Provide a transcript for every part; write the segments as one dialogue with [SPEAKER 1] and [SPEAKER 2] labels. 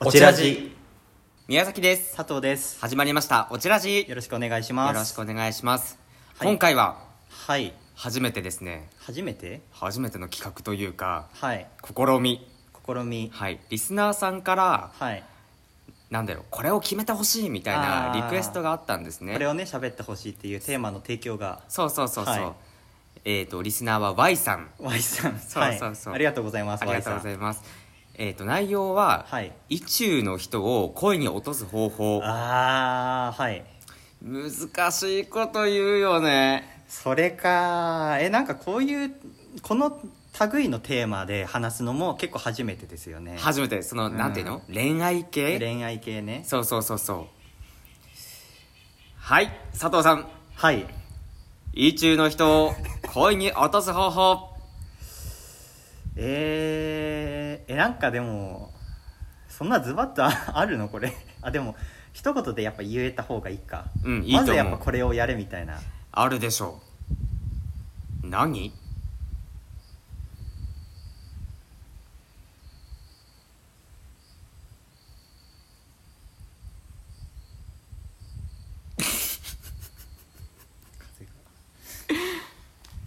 [SPEAKER 1] おちらじ
[SPEAKER 2] 宮崎です
[SPEAKER 1] 佐藤です
[SPEAKER 2] 始まりましたおちらじ
[SPEAKER 1] よ
[SPEAKER 2] よ
[SPEAKER 1] ろしくお願いします
[SPEAKER 2] ろしくお願いします、
[SPEAKER 1] はい
[SPEAKER 2] 今回は
[SPEAKER 1] はい
[SPEAKER 2] 初めてですね
[SPEAKER 1] 初めて
[SPEAKER 2] 初めての企画というか
[SPEAKER 1] はい
[SPEAKER 2] 試み
[SPEAKER 1] 試み
[SPEAKER 2] はいリスナーさんから
[SPEAKER 1] はい
[SPEAKER 2] なんだろうこれを決めてほしいみたい
[SPEAKER 1] あ
[SPEAKER 2] な
[SPEAKER 1] ー
[SPEAKER 2] リクエストがあったんですね
[SPEAKER 1] これをね喋ってほしいっていうテーマの提供が
[SPEAKER 2] そうそうそうそう、
[SPEAKER 1] はい
[SPEAKER 2] えっ、とリスナーは Y さん
[SPEAKER 1] Y さん
[SPEAKER 2] そうそうそう
[SPEAKER 1] はいありがとうございます
[SPEAKER 2] ありがとうござ
[SPEAKER 1] Y
[SPEAKER 2] いますえっ、と内容は、
[SPEAKER 1] はい
[SPEAKER 2] 意中の人を恋に落とす方法
[SPEAKER 1] さんああはい
[SPEAKER 2] 難しいこと言うよね
[SPEAKER 1] それかえなんかこういうこの類のテーマで話すのも結構初めてですよね
[SPEAKER 2] 初めてその、
[SPEAKER 1] うん
[SPEAKER 2] なんていうの恋愛系
[SPEAKER 1] 恋愛系ね
[SPEAKER 2] そうそうそうそうはい佐藤さん
[SPEAKER 1] はい
[SPEAKER 2] 意中の人を恋に落とす方法
[SPEAKER 1] えー、えなんかでもそんなズバッとあ あるのこれあでも一言でやっぱ言えた方がいいか
[SPEAKER 2] うんいいと思う
[SPEAKER 1] まずやっぱこれをやれみたいな
[SPEAKER 2] あるでしょう何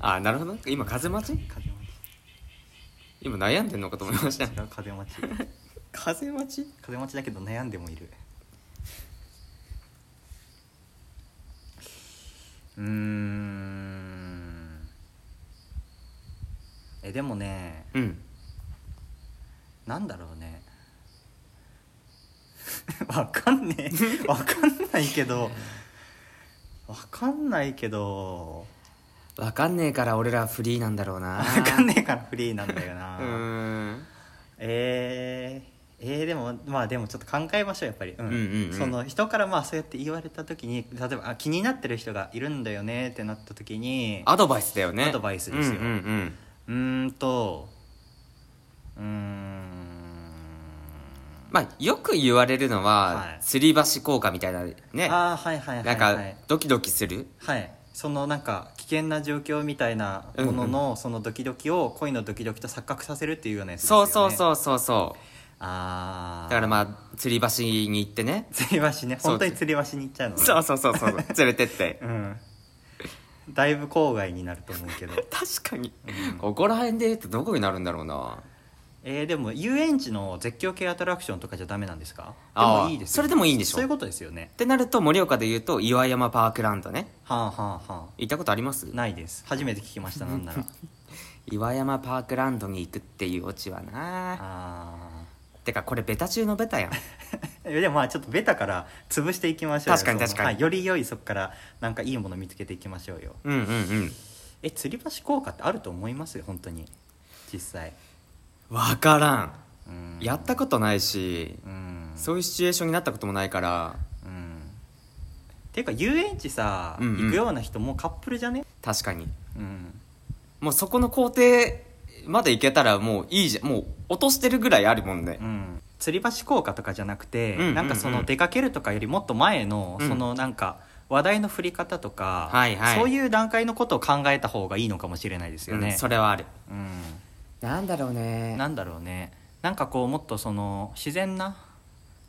[SPEAKER 2] あなるほど今風待ち
[SPEAKER 1] 風待
[SPEAKER 2] 今悩んでんのかと思いま
[SPEAKER 1] ち
[SPEAKER 2] した
[SPEAKER 1] 違う風待ち
[SPEAKER 2] 風待ち
[SPEAKER 1] 風待ちだけど悩んでもいるうーんえでもね
[SPEAKER 2] うん
[SPEAKER 1] なんだろうね わかんねえわかんないけどわかんないけど
[SPEAKER 2] わかんねえから俺らフリーなんだろうな
[SPEAKER 1] わかんねえからフリーなんだよ
[SPEAKER 2] う
[SPEAKER 1] な、
[SPEAKER 2] ーん
[SPEAKER 1] えー、えーでもまあでもちょっと考えましょうやっぱり、うん
[SPEAKER 2] うんうんうん
[SPEAKER 1] その人からまあそうやって言われた時に例えばあ気になってる人がいるんだよねってなった時に
[SPEAKER 2] アドバイスだよね
[SPEAKER 1] アドバイスですよ
[SPEAKER 2] うんうんう
[SPEAKER 1] う
[SPEAKER 2] ん
[SPEAKER 1] ーんとうーん
[SPEAKER 2] まあよく言われるの
[SPEAKER 1] は
[SPEAKER 2] はい吊り橋効果みたいなね
[SPEAKER 1] ああはいはいはいは
[SPEAKER 2] ないんかドキドキする
[SPEAKER 1] はい、そのなんか危険な状況みたいなものの、そのドキドキを恋のドキドキと錯覚させるっていうようなやつですよ
[SPEAKER 2] そ
[SPEAKER 1] ね
[SPEAKER 2] うそう
[SPEAKER 1] う
[SPEAKER 2] そうそうそう
[SPEAKER 1] ああ
[SPEAKER 2] だからまあ吊り橋に行ってね
[SPEAKER 1] 釣り橋ね
[SPEAKER 2] そう
[SPEAKER 1] 本当に釣り橋に行っちゃうのね
[SPEAKER 2] そうそうそうそう 連れてって
[SPEAKER 1] うんだいぶ郊外になると思うけど
[SPEAKER 2] 確かにここら辺で言うとどこになるんだろうな
[SPEAKER 1] えー、でも遊園地の絶叫系アトラクションとかじゃダメなんですかで
[SPEAKER 2] あー
[SPEAKER 1] もいいですよ
[SPEAKER 2] それでもいいんでしょ
[SPEAKER 1] そういうことですよね
[SPEAKER 2] ってなると盛岡で言うと岩山パークランドね
[SPEAKER 1] はあはあは
[SPEAKER 2] 行ったことあります
[SPEAKER 1] あないです初めて聞きましたなん なら
[SPEAKER 2] 岩山パークランドに行くっていうオチはな
[SPEAKER 1] あ
[SPEAKER 2] てかこれベタ中のベタやん
[SPEAKER 1] あでもまあちょっとベタから潰していきましょうよ
[SPEAKER 2] 確かに
[SPEAKER 1] その
[SPEAKER 2] 確かに
[SPEAKER 1] はい、より良いそこからなんかいいもの見つけていきましょうよ
[SPEAKER 2] うんうんうん
[SPEAKER 1] え吊り橋効果ってあると思います本当に実際
[SPEAKER 2] 分からん
[SPEAKER 1] うん
[SPEAKER 2] やったことないし
[SPEAKER 1] うん
[SPEAKER 2] そういうシチュエーションになったこともないから
[SPEAKER 1] うんていうか遊園地さ、
[SPEAKER 2] うんうん
[SPEAKER 1] 行くような人もうカップルじゃね
[SPEAKER 2] 確かに
[SPEAKER 1] うん
[SPEAKER 2] もうそこの工程まで行けたらもういいじゃんもう落としてるぐらいあるもんね
[SPEAKER 1] うん吊り橋効果とかじゃなくて、
[SPEAKER 2] うんうんうん
[SPEAKER 1] なんかその出かけるとかよりもっと前の、
[SPEAKER 2] うん
[SPEAKER 1] そのなんか話題の振り方とか、
[SPEAKER 2] はいはい
[SPEAKER 1] そういう段階のことを考えた方がいいのかもしれないですよ
[SPEAKER 2] うん
[SPEAKER 1] ね、
[SPEAKER 2] それはある
[SPEAKER 1] うん
[SPEAKER 2] なんだろうね
[SPEAKER 1] なんだろうねなんかこうもっとその自然な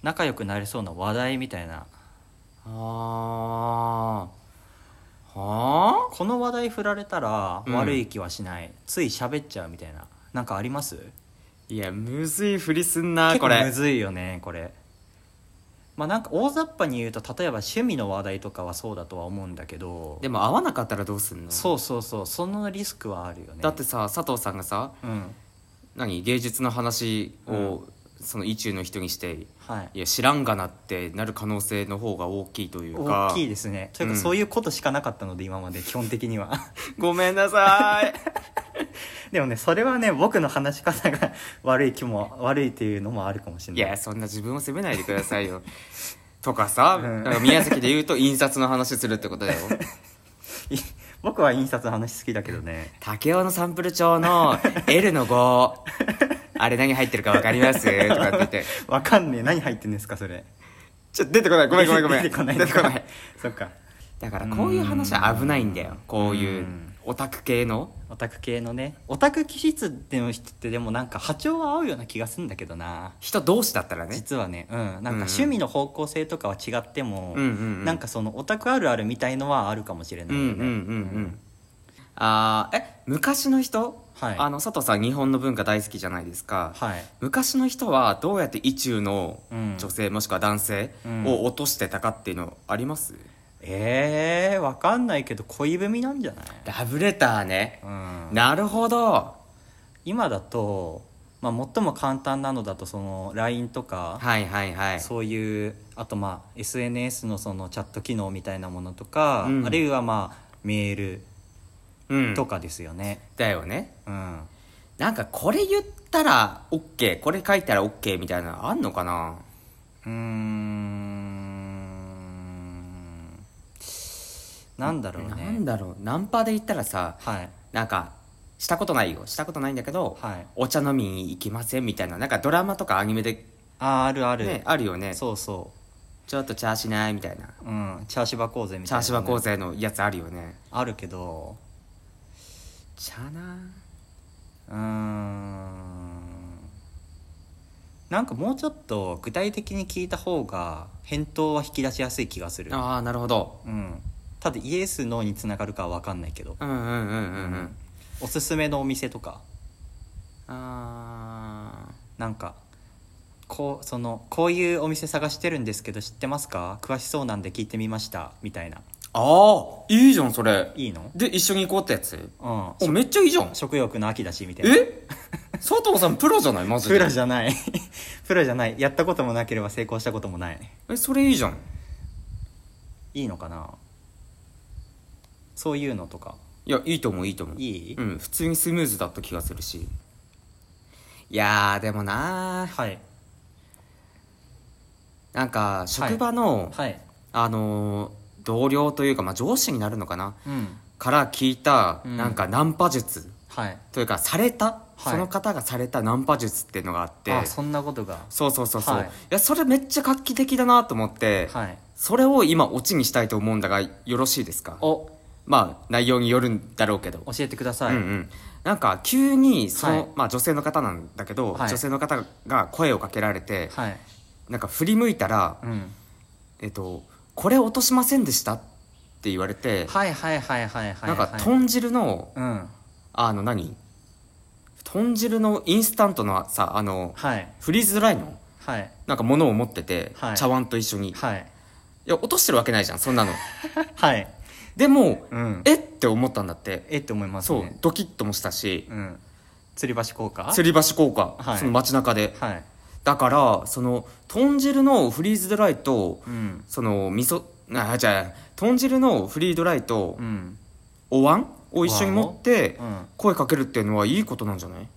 [SPEAKER 1] 仲良くなれそうな話題みたいな
[SPEAKER 2] あーはあ
[SPEAKER 1] この話題振られたら
[SPEAKER 2] うん
[SPEAKER 1] 悪い気はしない、つい喋っちゃうみたいななんかあります
[SPEAKER 2] いやむずいふりすんな
[SPEAKER 1] 結
[SPEAKER 2] こ
[SPEAKER 1] 構む
[SPEAKER 2] れ
[SPEAKER 1] ずいよねこれまあなんか大雑把に言うと例えば趣味の話題とかはそうだとは思うんだけど
[SPEAKER 2] でも合わなかったらどうすんの
[SPEAKER 1] そうそうそうそのリスクはあるよね
[SPEAKER 2] だってさ佐藤さんがさ
[SPEAKER 1] うん
[SPEAKER 2] 何芸術の話を、その意中の人にして
[SPEAKER 1] はい
[SPEAKER 2] いや知らんがなってなる可能性の方が大きいというか
[SPEAKER 1] 大きいですねというか
[SPEAKER 2] うん
[SPEAKER 1] そういうことしかなかったので今まで基本的には
[SPEAKER 2] ごめんなさい
[SPEAKER 1] でもねそれはね僕の話し方が 悪い気も悪いっていうのもあるかもしれ
[SPEAKER 2] い
[SPEAKER 1] ない
[SPEAKER 2] やそんな自分を責めないでください よとかさ、
[SPEAKER 1] うん
[SPEAKER 2] なんか宮崎で言うと印刷の話するってことだ よ
[SPEAKER 1] い僕は印刷の話好きだけどね
[SPEAKER 2] 竹雄のサンプル帳の L の5あれ何入ってるか分かりますとかって言って
[SPEAKER 1] わかんねえ何入ってんですかそれ
[SPEAKER 2] ちょ出てこないごめんごめんごめん
[SPEAKER 1] 出てこない
[SPEAKER 2] 出てこない
[SPEAKER 1] そっか
[SPEAKER 2] だからこういう話は危ないんだよこういう
[SPEAKER 1] うん
[SPEAKER 2] オタク系の
[SPEAKER 1] オタク系のねオタク気質での人ってでもなんか波長は合うような気がするんだけどな
[SPEAKER 2] 人同士だったらね
[SPEAKER 1] 実はねうんなんか
[SPEAKER 2] うんうん
[SPEAKER 1] 趣味の方向性とかは違っても、
[SPEAKER 2] うんうんうん
[SPEAKER 1] なんかそのオタクあるあるみたいのはあるかもしれな
[SPEAKER 2] う
[SPEAKER 1] い
[SPEAKER 2] んう
[SPEAKER 1] よ
[SPEAKER 2] ん
[SPEAKER 1] ね、
[SPEAKER 2] うんうんあーえ昔の人、
[SPEAKER 1] はい
[SPEAKER 2] あの佐藤さん日本の文化大好きじゃないですか、
[SPEAKER 1] はい
[SPEAKER 2] 昔の人はどうやって意中の
[SPEAKER 1] うん
[SPEAKER 2] 女性もしくは男性
[SPEAKER 1] うん
[SPEAKER 2] を落としてたかっていうのあります、
[SPEAKER 1] えー、わかんないけど恋文なんじゃない、
[SPEAKER 2] ラブレターね
[SPEAKER 1] うん、
[SPEAKER 2] なるほど
[SPEAKER 1] 今だと、まあ、最も簡単なのだとその LINE とか、
[SPEAKER 2] はいはいはい
[SPEAKER 1] そういうあとまあ SNS のそのチャット機能みたいなものとか、
[SPEAKER 2] うん
[SPEAKER 1] あるいはまあメー
[SPEAKER 2] うん
[SPEAKER 1] ルとかですよね、
[SPEAKER 2] だよね
[SPEAKER 1] うん、
[SPEAKER 2] なんかこれ言ったら OK これ書いたら OK みたいなのあんのかな
[SPEAKER 1] うーんなんだろうね
[SPEAKER 2] なんだろうナンパで言ったらさ
[SPEAKER 1] はい
[SPEAKER 2] なんかしたことないよしたことないんだけど、
[SPEAKER 1] はい
[SPEAKER 2] お茶飲みに行きませんみたいななんかドラマとかアニメで、
[SPEAKER 1] あーあるある、
[SPEAKER 2] ね、あるよね
[SPEAKER 1] そうそ
[SPEAKER 2] ちょっとチャーしないみたいな
[SPEAKER 1] ううんチャーシバーぜみ
[SPEAKER 2] チ
[SPEAKER 1] たいな、
[SPEAKER 2] ャーシュー構成のやつあるよね
[SPEAKER 1] あるけど
[SPEAKER 2] チャーな
[SPEAKER 1] うーんなんかもうちょっと具体的に聞いた方が返答は引き出しやすい気がする
[SPEAKER 2] ああなるほど
[SPEAKER 1] うんただイエスノーにつながるかは分かんないけど
[SPEAKER 2] うんうんうんうんうん
[SPEAKER 1] おすすめのお店とか
[SPEAKER 2] ああ
[SPEAKER 1] なんかこうそのこういうお店探してるんですけど知ってますか詳しそうなんで聞いてみましたみたいな
[SPEAKER 2] あーいいじゃんそれ
[SPEAKER 1] いいの
[SPEAKER 2] で一緒に行こうってやつ
[SPEAKER 1] うん
[SPEAKER 2] おめっちゃいいじゃん
[SPEAKER 1] 食欲の秋だしみたいな
[SPEAKER 2] え佐藤さんプロじゃないマジで
[SPEAKER 1] プロじゃない プロじゃないやったこともなければ成功したこともない
[SPEAKER 2] えそれいいじゃん
[SPEAKER 1] いいのかなそういうのとか
[SPEAKER 2] いやいいと思ういいと思う
[SPEAKER 1] いい、
[SPEAKER 2] うん普通にスムーズだった気がするしいやーでもなー
[SPEAKER 1] はい
[SPEAKER 2] なんか職場の、
[SPEAKER 1] はい
[SPEAKER 2] あのー同僚というか、まあ、上司になるのかな
[SPEAKER 1] うん
[SPEAKER 2] から聞いた、
[SPEAKER 1] うん
[SPEAKER 2] なんかナンパ術
[SPEAKER 1] はい
[SPEAKER 2] というかされた、
[SPEAKER 1] はい
[SPEAKER 2] その方がされたナンパ術っていうのがあって
[SPEAKER 1] あそんなことが
[SPEAKER 2] そうそうそうそう、
[SPEAKER 1] はい
[SPEAKER 2] い、やそれめっちゃ画期的だなと思って、
[SPEAKER 1] はい
[SPEAKER 2] それを今オチにしたいと思うんだがよろしいですか
[SPEAKER 1] お
[SPEAKER 2] まあ内容によるんだろうけど
[SPEAKER 1] 教えてください、
[SPEAKER 2] うんうん、なんか急にその、
[SPEAKER 1] はい
[SPEAKER 2] まあ、女性の方なんだけど、
[SPEAKER 1] はい
[SPEAKER 2] 女性の方が声をかけられて、
[SPEAKER 1] はい
[SPEAKER 2] なんか振り向いたら
[SPEAKER 1] うん
[SPEAKER 2] 「えっと、これ落としませんでした」って言われて、
[SPEAKER 1] はいはいはいはいはい
[SPEAKER 2] なんか
[SPEAKER 1] はい
[SPEAKER 2] 豚汁の
[SPEAKER 1] うん
[SPEAKER 2] あの何豚汁のインスタントのさあの
[SPEAKER 1] はい
[SPEAKER 2] フリーズドライの
[SPEAKER 1] はい
[SPEAKER 2] なんか物を持ってて、
[SPEAKER 1] はい
[SPEAKER 2] 茶碗と一緒に、い、
[SPEAKER 1] はい
[SPEAKER 2] や落としてるわけないじゃんそんなの
[SPEAKER 1] はい
[SPEAKER 2] でも、
[SPEAKER 1] うん
[SPEAKER 2] えって思ったんだって
[SPEAKER 1] えって思います
[SPEAKER 2] そう、
[SPEAKER 1] ね
[SPEAKER 2] ドキッともしたし
[SPEAKER 1] うん吊り橋効果
[SPEAKER 2] 吊り橋効果、
[SPEAKER 1] はい
[SPEAKER 2] その街中で
[SPEAKER 1] はい
[SPEAKER 2] だからその豚汁のフリーズドライと
[SPEAKER 1] うん
[SPEAKER 2] その味噌あじゃあ豚汁のフリードライと
[SPEAKER 1] うん
[SPEAKER 2] お椀を一緒に持って
[SPEAKER 1] うん
[SPEAKER 2] 声かけるっていうのはいいことなんじゃない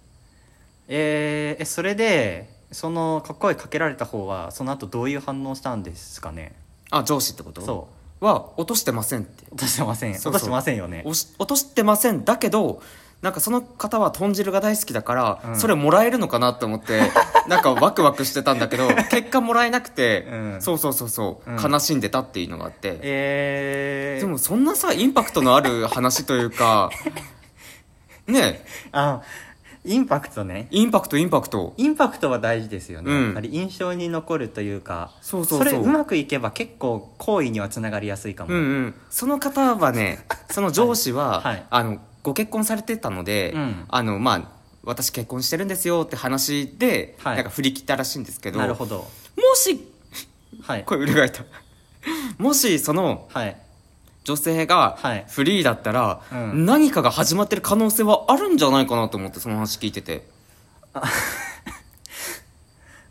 [SPEAKER 1] えーえそれでその声かけられた方はその後どういう反応したんですかね
[SPEAKER 2] あ上司ってこと
[SPEAKER 1] そ
[SPEAKER 2] は落としてませんって
[SPEAKER 1] う落としてません
[SPEAKER 2] そうそう
[SPEAKER 1] 落としてませんよね
[SPEAKER 2] おし落としてませんだけどなんかその方は豚汁が大好きだから、
[SPEAKER 1] うん
[SPEAKER 2] それもらえるのかなと思って なんかワクワクしてたんだけど結果もらえなくて、
[SPEAKER 1] うん
[SPEAKER 2] そうそうそうそう、
[SPEAKER 1] うん
[SPEAKER 2] 悲しんでたっていうのがあって
[SPEAKER 1] えー、
[SPEAKER 2] でもそんなさインパクトのある話とい うかねえ
[SPEAKER 1] あインパクトね
[SPEAKER 2] インパクトインパクト
[SPEAKER 1] インパクトは大事ですよね、
[SPEAKER 2] うん
[SPEAKER 1] やっぱり印象に残るというか
[SPEAKER 2] そうそうそう
[SPEAKER 1] れうまくいけば結構好意にはつながりやすいかも、
[SPEAKER 2] うんうんその方はね その上司は、
[SPEAKER 1] はいはい
[SPEAKER 2] あのご結婚されてたので、
[SPEAKER 1] うん
[SPEAKER 2] あのまあ私結婚してるんですよって話で、
[SPEAKER 1] はい
[SPEAKER 2] なんか振り切ったらしいんですけど
[SPEAKER 1] なるほど
[SPEAKER 2] もし
[SPEAKER 1] はい
[SPEAKER 2] 声裏返った もしその
[SPEAKER 1] はい
[SPEAKER 2] 女性が
[SPEAKER 1] はい
[SPEAKER 2] フリーだったら、
[SPEAKER 1] うん
[SPEAKER 2] 何かが始まってる可能性はあるんじゃないかなと思ってその話聞いてて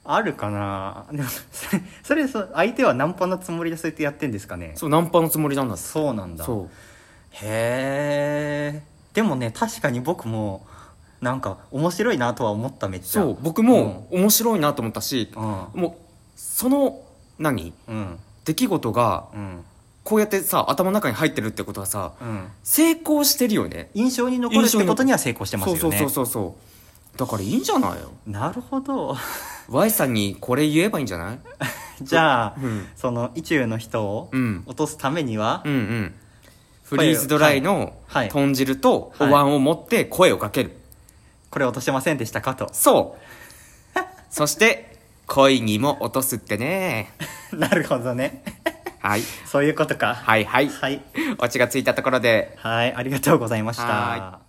[SPEAKER 1] あるかな でもそれそれそう相手はナンパのつもりでそうやってやってんですかね
[SPEAKER 2] そうナンパのつもりなんだって
[SPEAKER 1] そうなんだ
[SPEAKER 2] そう
[SPEAKER 1] へえでもね確かに僕もなんか面白いなとは思っためっちゃ
[SPEAKER 2] そう僕も面白いなと思ったし、
[SPEAKER 1] うん
[SPEAKER 2] もうその何
[SPEAKER 1] うん
[SPEAKER 2] 出来事が
[SPEAKER 1] うん
[SPEAKER 2] こうやってさ頭の中に入ってるってことはさ
[SPEAKER 1] うん
[SPEAKER 2] 成功してるよね
[SPEAKER 1] 印象に残るってことには成功してますよ
[SPEAKER 2] そう
[SPEAKER 1] ね
[SPEAKER 2] そうそうそうそうだからいいんじゃないよ
[SPEAKER 1] なるほど
[SPEAKER 2] Y さんにこれ言えばいいんじゃない
[SPEAKER 1] じゃあ
[SPEAKER 2] うん
[SPEAKER 1] その意中の人を
[SPEAKER 2] うん
[SPEAKER 1] 落とすためには、
[SPEAKER 2] うんうんフリーズドライの
[SPEAKER 1] はいはい
[SPEAKER 2] 豚汁とお
[SPEAKER 1] はい
[SPEAKER 2] 椀を持って声をかける。
[SPEAKER 1] これ落とせませんでしたかと
[SPEAKER 2] そう。そして、恋にも落とすってね。
[SPEAKER 1] なるほどね
[SPEAKER 2] はい。
[SPEAKER 1] そういうことか
[SPEAKER 2] はいはい。
[SPEAKER 1] はい、
[SPEAKER 2] オチがついたところで、
[SPEAKER 1] はいありがとうございました
[SPEAKER 2] は